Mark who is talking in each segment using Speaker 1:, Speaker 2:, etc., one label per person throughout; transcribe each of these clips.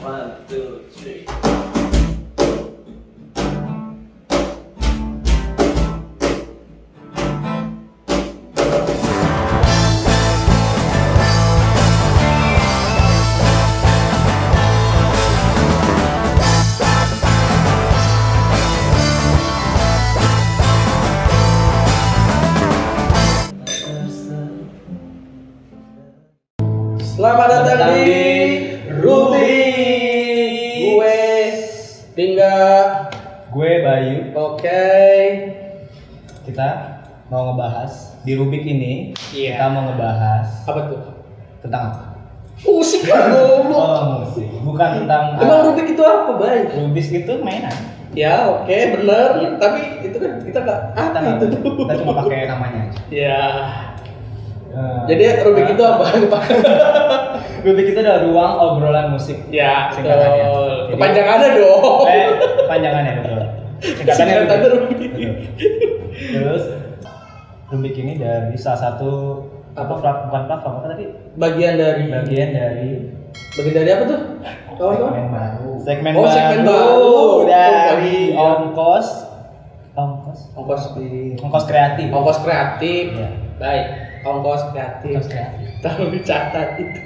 Speaker 1: One, two, three.
Speaker 2: Selamat datang
Speaker 1: Datang
Speaker 2: di
Speaker 1: di
Speaker 2: Ruby. Gue Dingga.
Speaker 3: Gue Bayu,
Speaker 2: Oke.
Speaker 3: kita mau ngebahas di Rubik ini
Speaker 2: Iya.
Speaker 3: kita mau ngebahas
Speaker 2: Apa tuh?
Speaker 3: tentang apa?
Speaker 2: Musik lah goblok.
Speaker 3: Oh, musik. Bukan tentang
Speaker 2: Emang Rubik itu apa, Bay?
Speaker 3: Rubik itu mainan.
Speaker 2: Ya, oke, bener. Tapi itu kan kita nggak
Speaker 3: Kita,
Speaker 2: apa
Speaker 3: nggak-
Speaker 2: itu.
Speaker 3: kita cuma pakai namanya aja.
Speaker 2: Ya.
Speaker 3: Eh,
Speaker 2: Jadi Rubik itu apa?
Speaker 3: Rubik itu adalah ruang obrolan musik.
Speaker 2: ya,
Speaker 3: Singkatannya.
Speaker 2: betul.
Speaker 3: Jadi-
Speaker 2: Kepanjangannya dong.
Speaker 3: Eh, panjangannya betul.
Speaker 2: kan Singkatannya Rubik.
Speaker 3: Betul. Terus Rubik ini dari salah satu apa
Speaker 2: Apa?
Speaker 3: plat- bukan platform apa tadi
Speaker 2: Bagian dari
Speaker 3: bagian dari
Speaker 2: bagian dari apa tuh? Kawan-kawan?
Speaker 3: segmen
Speaker 2: iya.
Speaker 3: baru segmen
Speaker 2: Oh,
Speaker 3: baru,
Speaker 2: segmen baru.
Speaker 3: dari
Speaker 2: Iya.
Speaker 3: ongkos ongkos
Speaker 2: Ongkos di
Speaker 3: ongkos kreatif
Speaker 2: ongkos kreatif
Speaker 3: Iya.
Speaker 2: baik ongkos kreatif
Speaker 3: ongkos kreatif
Speaker 2: tolong dicatat itu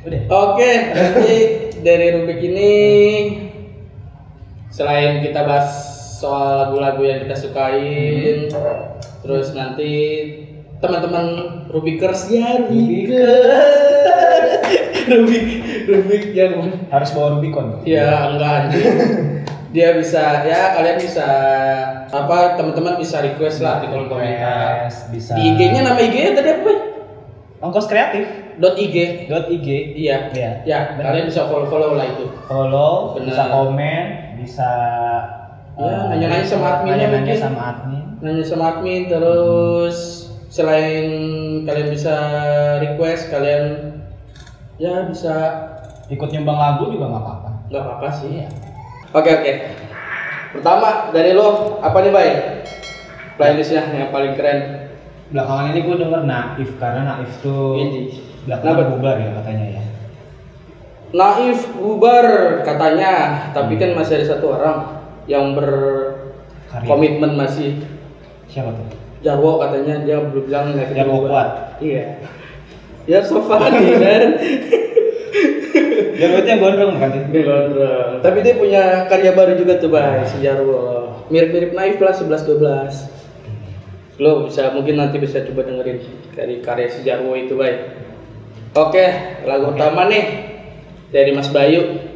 Speaker 3: udah
Speaker 2: oke nanti dari rubrik ini selain kita bahas soal lagu-lagu yang kita sukain terus nanti teman-teman Rubikers ya Rubik Rubik Rubik yang
Speaker 3: harus bawa Rubicon
Speaker 2: Ya enggak anjing. Dia bisa ya kalian bisa apa teman-teman bisa request lah di kolom komentar.
Speaker 3: Request, bisa
Speaker 2: Di IG-nya nama IG-nya tadi apa? Bay?
Speaker 3: ongkos kreatif
Speaker 2: Dot .ig.
Speaker 3: dot ig
Speaker 2: Iya.
Speaker 3: Iya.
Speaker 2: Ya, kalian bisa follow-follow lah itu.
Speaker 3: follow
Speaker 2: Bener.
Speaker 3: bisa komen bisa
Speaker 2: Ya,
Speaker 3: eh,
Speaker 2: nanya-nanya sama adminnya
Speaker 3: nanya-nanya
Speaker 2: mungkin.
Speaker 3: sama admin
Speaker 2: Nanya sama admin terus selain kalian bisa request kalian ya bisa
Speaker 3: ikut nyumbang lagu juga nggak apa-apa
Speaker 2: nggak apa-apa sih ya. Oke oke. Pertama dari lo apa nih Bay? Playlistnya yang paling keren.
Speaker 3: belakangan ini gue denger Naif karena Naif tuh
Speaker 2: Ini. Kenapa?
Speaker 3: belakangan bubar ya katanya ya
Speaker 2: Naif bubar katanya, tapi kan masih ada satu orang yang berkomitmen
Speaker 3: Karya.
Speaker 2: masih
Speaker 3: siapa tuh
Speaker 2: Jarwo katanya dia belum bilang Naif
Speaker 3: Jarwo
Speaker 2: bubar.
Speaker 3: kuat.
Speaker 2: Iya. Ya so funny kan.
Speaker 3: Jarwo itu yang gondrong bukan sih?
Speaker 2: Gondrong. eh, Tapi dia punya karya baru juga tuh, Bay, si Jarwo. Mirip-mirip Naif lah 11 12. Lo bisa mungkin nanti bisa coba dengerin dari karya si Jarwo itu, Bay. Oke, lagu pertama nih dari Mas Bayu.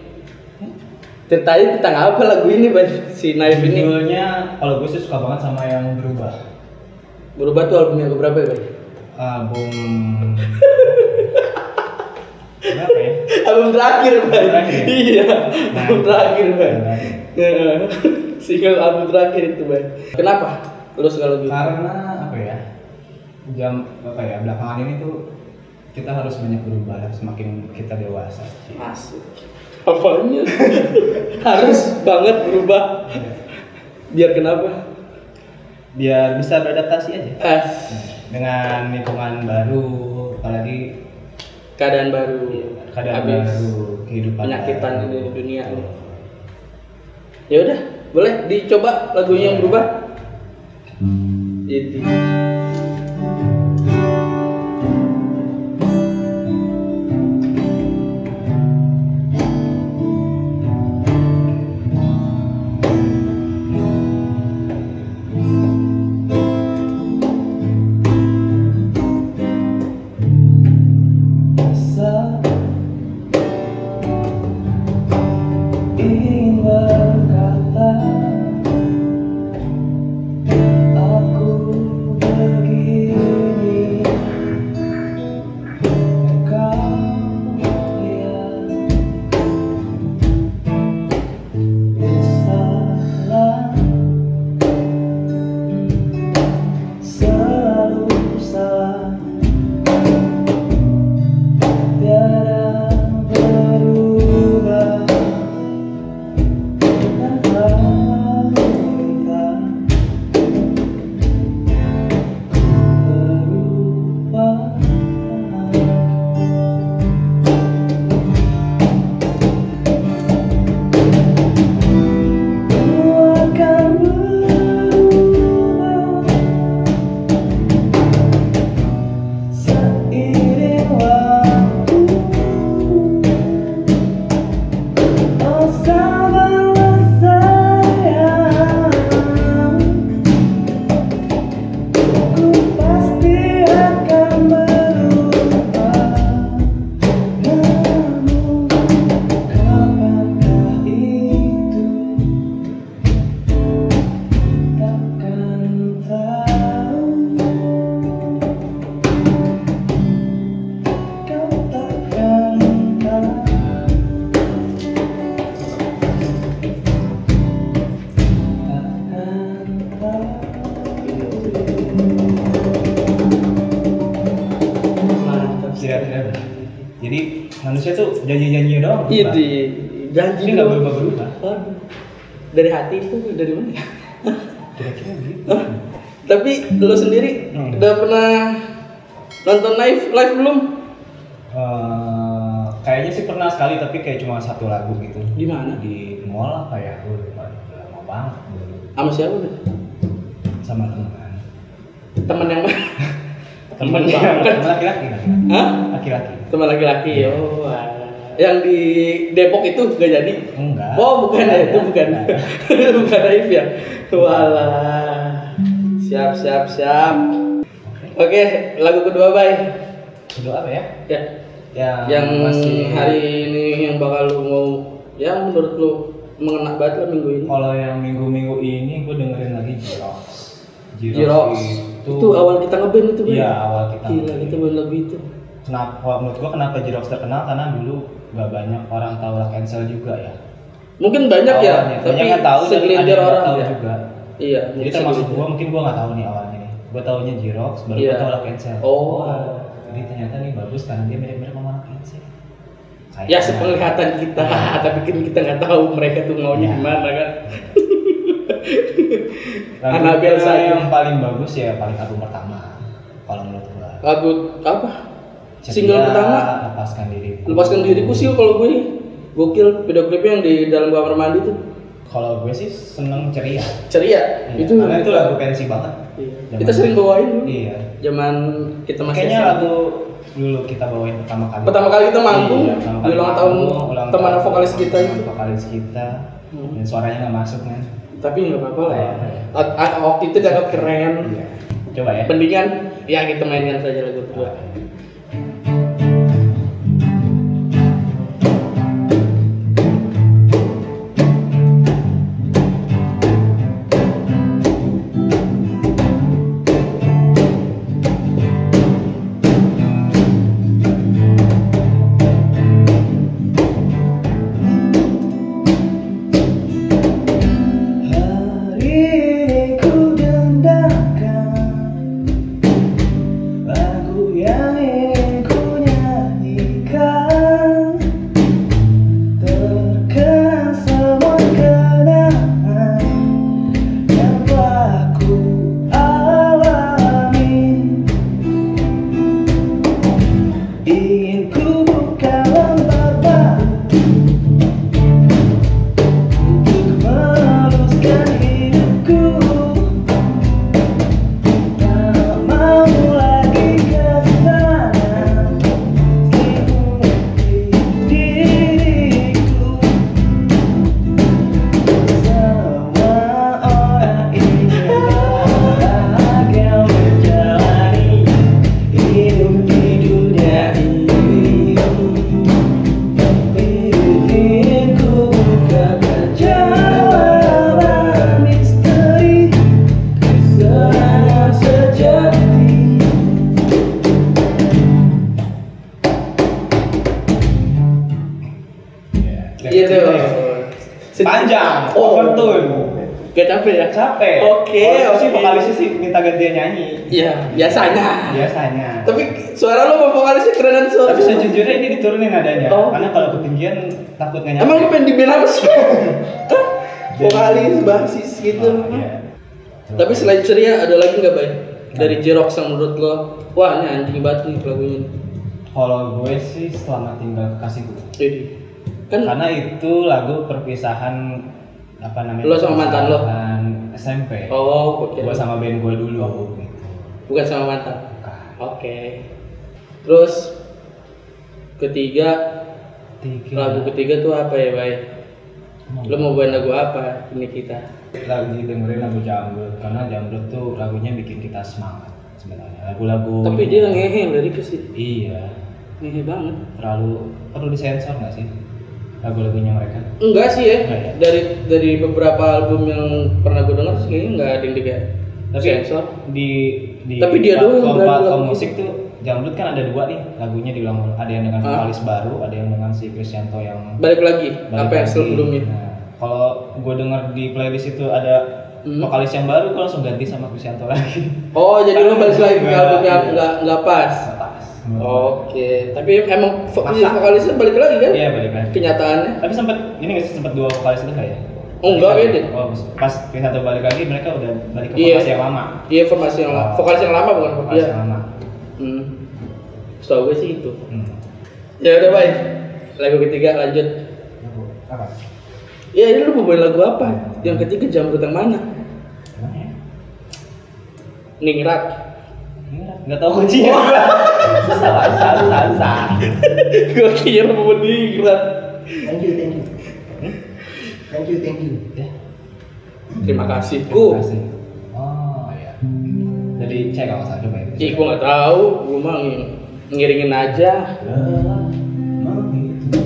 Speaker 2: Ceritain tentang apa lagu ini, Bay? Si Naif
Speaker 3: Iya.
Speaker 2: ini.
Speaker 3: Judulnya kalau gue sih suka banget sama yang berubah.
Speaker 2: Berubah tuh album yang keberapa ya, Bay?
Speaker 3: Album Berapa ya?
Speaker 2: Album terakhir, Bay.
Speaker 3: Album terakhir.
Speaker 2: Iya, album terakhir, Bay.
Speaker 3: Nah.
Speaker 2: Heeh. Single album terakhir itu, Bay. Kenapa? Lu suka lagu ini?
Speaker 3: Karena apa ya? Jam apa ya? Belakangan ini tuh kita harus banyak berubah harus semakin kita dewasa.
Speaker 2: Masuk. Apanya? Harus banget berubah. Biar kenapa?
Speaker 3: Biar bisa beradaptasi aja
Speaker 2: Eh,
Speaker 3: dengan lingkungan baru, apalagi
Speaker 2: keadaan baru.
Speaker 3: keadaan
Speaker 2: Habis
Speaker 3: baru, kehidupan
Speaker 2: Penyakitan
Speaker 3: baru.
Speaker 2: di dunia ini. Ya udah, boleh dicoba lagunya yang berubah. Jadi
Speaker 3: ingin berkata aku jadi manusia tuh janji-janji doang
Speaker 2: Iya
Speaker 3: berubah.
Speaker 2: di janji
Speaker 3: ini nggak
Speaker 2: doang.
Speaker 3: berubah-berubah
Speaker 2: Aduh. Dari hati itu dari mana ya?
Speaker 3: kira-kira gitu
Speaker 2: Tapi lo sendiri
Speaker 3: Hmm.
Speaker 2: udah pernah nonton live live belum?
Speaker 3: Eh, kayaknya sih pernah sekali tapi kayak cuma satu lagu gitu
Speaker 2: Di mana?
Speaker 3: di mall apa ya gue lupa udah lama banget dulu.
Speaker 2: Sama siapa? Bro?
Speaker 3: sama teman
Speaker 2: Temen yang mana?
Speaker 3: teman
Speaker 2: Temen banget.
Speaker 3: teman laki-laki kan?
Speaker 2: Hah?
Speaker 3: laki-laki
Speaker 2: Teman laki-laki. Oh. alah. Yang di Depok itu gak jadi.
Speaker 3: enggak
Speaker 2: Oh bukan ya, itu bukan bukan Naif ya. Walah. Siap siap siap. Oke, lagu kedua bye.
Speaker 3: doa apa ya
Speaker 2: Ya,
Speaker 3: yang,
Speaker 2: yang
Speaker 3: masih
Speaker 2: hari ini yang bakal lu mau yang menurut lu mengena banget lah minggu ini.
Speaker 3: kalau yang minggu-minggu ini gue dengerin lagi Jirox
Speaker 2: Jirox. Itu, awal kita ngeband itu, Bang.
Speaker 3: iya awal kita
Speaker 2: Gila, kita buat lagu itu.
Speaker 3: kenapa kalau menurut gue kenapa Jirox terkenal karena dulu gak banyak orang tahu lah cancel juga ya
Speaker 2: Mungkin banyak ya,
Speaker 3: Awalnya.
Speaker 2: tapi
Speaker 3: banyak yang tahu dan ada
Speaker 2: segelintir
Speaker 3: yang nggak
Speaker 2: orang
Speaker 3: tahu
Speaker 2: ya.
Speaker 3: juga
Speaker 2: Iya,
Speaker 3: jadi
Speaker 2: mungkin
Speaker 3: termasuk
Speaker 2: segelintir.
Speaker 3: gue mungkin gue nggak tahu nih awalnya nih gue taunya Jirox baru
Speaker 2: Iya.
Speaker 3: gue tahu lah cancel
Speaker 2: Oh.
Speaker 3: jadi ternyata nih bagus karena dia mirip-mirip sama orang cancel Kayaknya.
Speaker 2: Ya sepenglihatan kita,
Speaker 3: Ya.
Speaker 2: tapi kan kita nggak tahu mereka tuh maunya
Speaker 3: Iya.
Speaker 2: gimana kan.
Speaker 3: Lagu
Speaker 2: Anabel
Speaker 3: dia
Speaker 2: saja.
Speaker 3: yang paling bagus ya paling album pertama kalau menurut gua
Speaker 2: Lagu apa? Single
Speaker 3: Ceria,
Speaker 2: pertama?
Speaker 3: lepaskan diriku
Speaker 2: lepaskan diriku sih kalau gue gokil video klipnya yang di dalam kamar mandi tuh
Speaker 3: kalau gue sih seneng ceria
Speaker 2: ceria
Speaker 3: Iya,
Speaker 2: itu
Speaker 3: karena itu lagu pensi banget
Speaker 2: Iya.
Speaker 3: Zaman
Speaker 2: kita sering bawain dulu
Speaker 3: iya
Speaker 2: zaman kita masih
Speaker 3: kayaknya
Speaker 2: SMA.
Speaker 3: lagu dulu kita bawain pertama kali
Speaker 2: pertama kali kita manggung
Speaker 3: Iya, pertama
Speaker 2: di
Speaker 3: kali
Speaker 2: ulang tahun
Speaker 3: manggung, ulang
Speaker 2: teman
Speaker 3: tahun
Speaker 2: vokalis kita
Speaker 3: teman
Speaker 2: itu
Speaker 3: vokalis kita
Speaker 2: Hmm.
Speaker 3: dan suaranya nggak masuk kan
Speaker 2: tapi nggak apa-apa lah ya
Speaker 3: Iya.
Speaker 2: A- a- waktu itu dianggap keren
Speaker 3: iya coba ya
Speaker 2: mendingan ya kita mainkan saja lagu kedua
Speaker 3: Hari ini ku dendamkan Lagu yang ingin ku nyanyikan Terkenang semua kenangan Yang telah ku alami Ingin ku buka lembar baru Untuk meneruskan hidupku Tak mau lagi kesana Selimuti diriku Semua orang ingin bahagia menjalani Hidup di dunia ini Ingin ku bukakan jawaban misteri kesenangan sejati.
Speaker 2: gitu Sedikit.
Speaker 3: Iya, Panjang,
Speaker 2: oh
Speaker 3: overtune.
Speaker 2: gak capek ya
Speaker 3: Nggak capek.
Speaker 2: oke
Speaker 3: Walaupun sih
Speaker 2: oke.
Speaker 3: vokalisnya sih minta gantian nyanyi.
Speaker 2: Iya, biasanya.
Speaker 3: Biasanya.
Speaker 2: tapi suara lo sama vokalisnya kerenan suara
Speaker 3: Tapi sejujurnya ini diturunin nadanya.
Speaker 2: Oh.
Speaker 3: Karena kalau ketinggian takut nggak nyampe.
Speaker 2: Emang lu pengen diband apa sih? Hah? Vokalis, basis gitu.
Speaker 3: Oh, iya. Tuh.
Speaker 2: Tapi selain ceria ada lagi nggak baik dari Jerox yang menurut lo? Wah ini anjing banget nih lagunya. nih.
Speaker 3: Kalau gue sih selamat tinggal kekasihku.
Speaker 2: Jadi kan
Speaker 3: Karena itu lagu perpisahan apa namanya?
Speaker 2: Lo sama mantan lo?
Speaker 3: perpisahan SMP.
Speaker 2: oh oke. Oh.
Speaker 3: Gue sama band gue dulu. gitu.
Speaker 2: bukan sama mantan. Oke. Terus ketiga
Speaker 3: Tiga.
Speaker 2: lagu ketiga tuh apa ya baik? Lo mau bawain lagu apa ini kita?
Speaker 3: lagi dengerin lagu Jambret karena Jambret tuh lagunya bikin kita semangat sebenarnya. Lagu-lagu
Speaker 2: Tapi dia ngehe dari sih
Speaker 3: Iya.
Speaker 2: ngehe banget.
Speaker 3: Terlalu perlu disensor nggak sih lagu-lagunya mereka?
Speaker 2: Enggak sih ya.
Speaker 3: Enggak ya?
Speaker 2: Dari dari beberapa album yang pernah gue denger sih kayaknya enggak ada yang diga-
Speaker 3: Tapi-
Speaker 2: sensor.
Speaker 3: di di
Speaker 2: Tapi dia doang yang
Speaker 3: platform,
Speaker 2: berani
Speaker 3: platform
Speaker 2: lagu
Speaker 3: musik tuh Jamrud kan ada dua nih lagunya diulang ada yang dengan
Speaker 2: Ah.
Speaker 3: vokalis baru ada yang dengan si Krisyanto yang
Speaker 2: Balik lagi
Speaker 3: balik
Speaker 2: apa yang
Speaker 3: lagi.
Speaker 2: sebelumnya.
Speaker 3: Nah, kalau gue denger di playlist itu ada
Speaker 2: Hmm.
Speaker 3: vokalis yang baru gue langsung ganti sama Krisyanto lagi
Speaker 2: Oh, jadi lo balik lagi ke
Speaker 3: Enggak,
Speaker 2: album yang
Speaker 3: iya.
Speaker 2: enggak enggak pas.
Speaker 3: Nggak pas sama
Speaker 2: Oh. Oke, tapi emang fokusnya
Speaker 3: Masa?
Speaker 2: vokalisnya balik lagi kan?
Speaker 3: Iya balik lagi.
Speaker 2: Kenyataannya.
Speaker 3: Tapi sempat ini nggak sih sempat dua vokalis itu kayak?
Speaker 2: Oh, enggak, beda.
Speaker 3: Oh, pas yang satu balik lagi mereka udah balik ke
Speaker 2: Iya.
Speaker 3: vokalis yang lama.
Speaker 2: Iya, formasi yang lama. Vokalis yang lama bukan?
Speaker 3: Vokalis
Speaker 2: Iya.
Speaker 3: yang lama.
Speaker 2: Hmm. Setahu gue sih itu.
Speaker 3: Hmm.
Speaker 2: Ya udah baik. Lagu ketiga lanjut.
Speaker 3: Apa?
Speaker 2: Ya ini lu mau main lagu apa? Yang ketiga jam yang mana?
Speaker 3: Gimana ya?
Speaker 2: Ningrat.
Speaker 3: Nggak tahu kuncinya. susah, susah, susah, susah.
Speaker 2: gue kira mau ningrat.
Speaker 4: Thank you, thank you. Thank you, thank you.
Speaker 3: Hmm? Ya,
Speaker 2: Terima kasih.
Speaker 3: Hmm. terima
Speaker 2: Ku.
Speaker 3: kasih. Oh iya. Jadi cek kalau salah coba ya. itu.
Speaker 2: Ih, gue nggak tahu. Gue mah ng- ngiringin aja.
Speaker 3: Eh, gitu.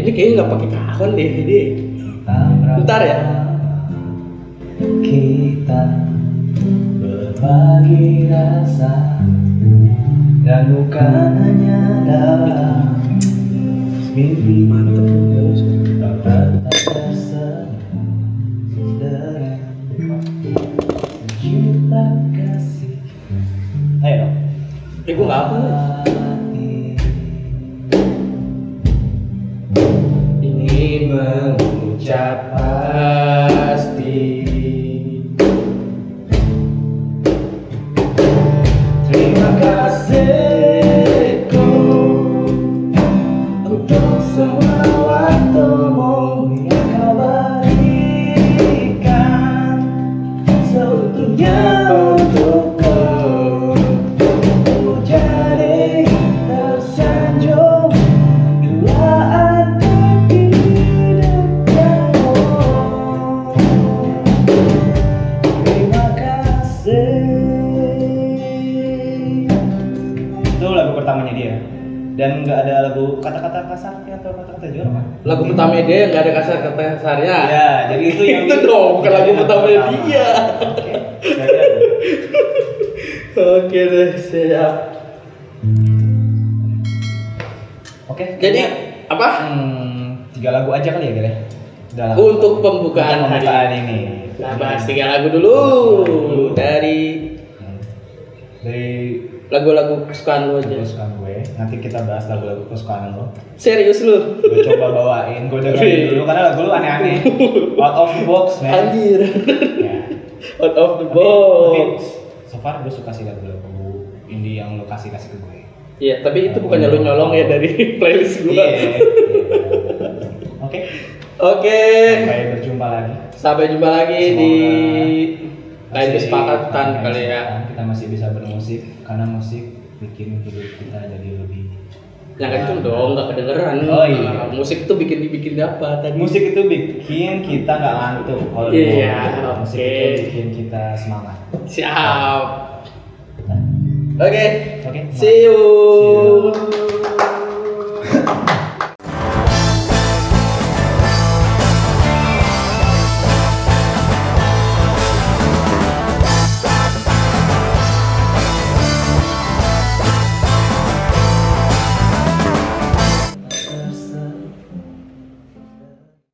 Speaker 2: Ini kayaknya nggak pakai kahon deh. Ini. Bentar ya.
Speaker 3: Kita berbagi rasa dan bukan hanya dalam mimpi tetap tersenyum dengan cinta kasih. Ayo dong.
Speaker 2: Eh, gue nggak apa.
Speaker 3: Ini mengucap pasti Terima kasihku Untuk semua waktumu yang kau berikan Seutuhnya untukku Ku jadi tersanjung bila ada di dekatmu. Terima kasih. Itu lagu pertamanya dia dan nggak ada lagu kata-kata kasarnya atau kata-kata jorok kan?
Speaker 2: Lagu pertama dia nggak ada kasar kata kasarnya.
Speaker 3: Ya, jadi itu yang
Speaker 2: Itu dong, bukan lagu
Speaker 3: Jadi
Speaker 2: pertama dia.
Speaker 3: Oke. Jadi ada.
Speaker 2: Oke deh, siap.
Speaker 3: Oke.
Speaker 2: Jadi apa?
Speaker 3: Hmm, tiga lagu aja kali ya kira Dalam
Speaker 2: Untuk pembukaan hari
Speaker 3: pembukaan ini.
Speaker 2: Nah, bahas tiga lagu dulu dari
Speaker 3: Hmm. Dari
Speaker 2: lagu-lagu kesukaan lu aja.
Speaker 3: kesukaan gue. Nanti kita bahas lagu-lagu kesukaan lo.
Speaker 2: Serius lu?
Speaker 3: Gue coba bawain, gue dengerin dulu karena lagu lu aneh-aneh. Out of the box, man.
Speaker 2: Anjir.
Speaker 3: Ya.
Speaker 2: Out of the
Speaker 3: Tapi- tapi
Speaker 2: box.
Speaker 3: So far gue suka sih lagu-lagu indie yang lo kasih kasih ke gue.
Speaker 2: Iya, tapi itu bukannya lu nyolong ya dari playlist
Speaker 3: Iya.
Speaker 2: gua.
Speaker 3: iya. Oke.
Speaker 2: Eh. Oke.
Speaker 3: Sampai berjumpa lagi.
Speaker 2: Sampai jumpa lagi di lain
Speaker 3: Masih-
Speaker 2: kesepakatan
Speaker 3: lain
Speaker 2: kali ya.
Speaker 3: kesempatan, kita masih bisa bermusik karena musik bikin hidup kita jadi lebih
Speaker 2: Yang kenceng dong, nggak kedengeran.
Speaker 3: Oh,
Speaker 2: Nah,
Speaker 3: iya.
Speaker 2: musik itu bikin bikin apa tadi?
Speaker 3: musik itu bikin kita nggak ngantuk kalau
Speaker 2: Iya,
Speaker 3: dengerin. musik
Speaker 2: oke.
Speaker 3: itu bikin kita semangat
Speaker 2: Siap.
Speaker 3: Nah,
Speaker 2: Oke.
Speaker 3: oke
Speaker 2: See you.
Speaker 3: See